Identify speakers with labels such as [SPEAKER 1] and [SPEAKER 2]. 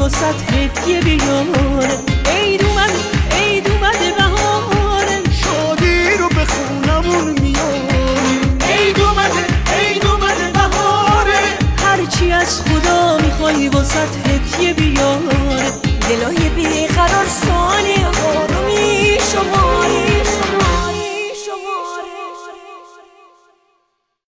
[SPEAKER 1] وسط هدیه بیامونه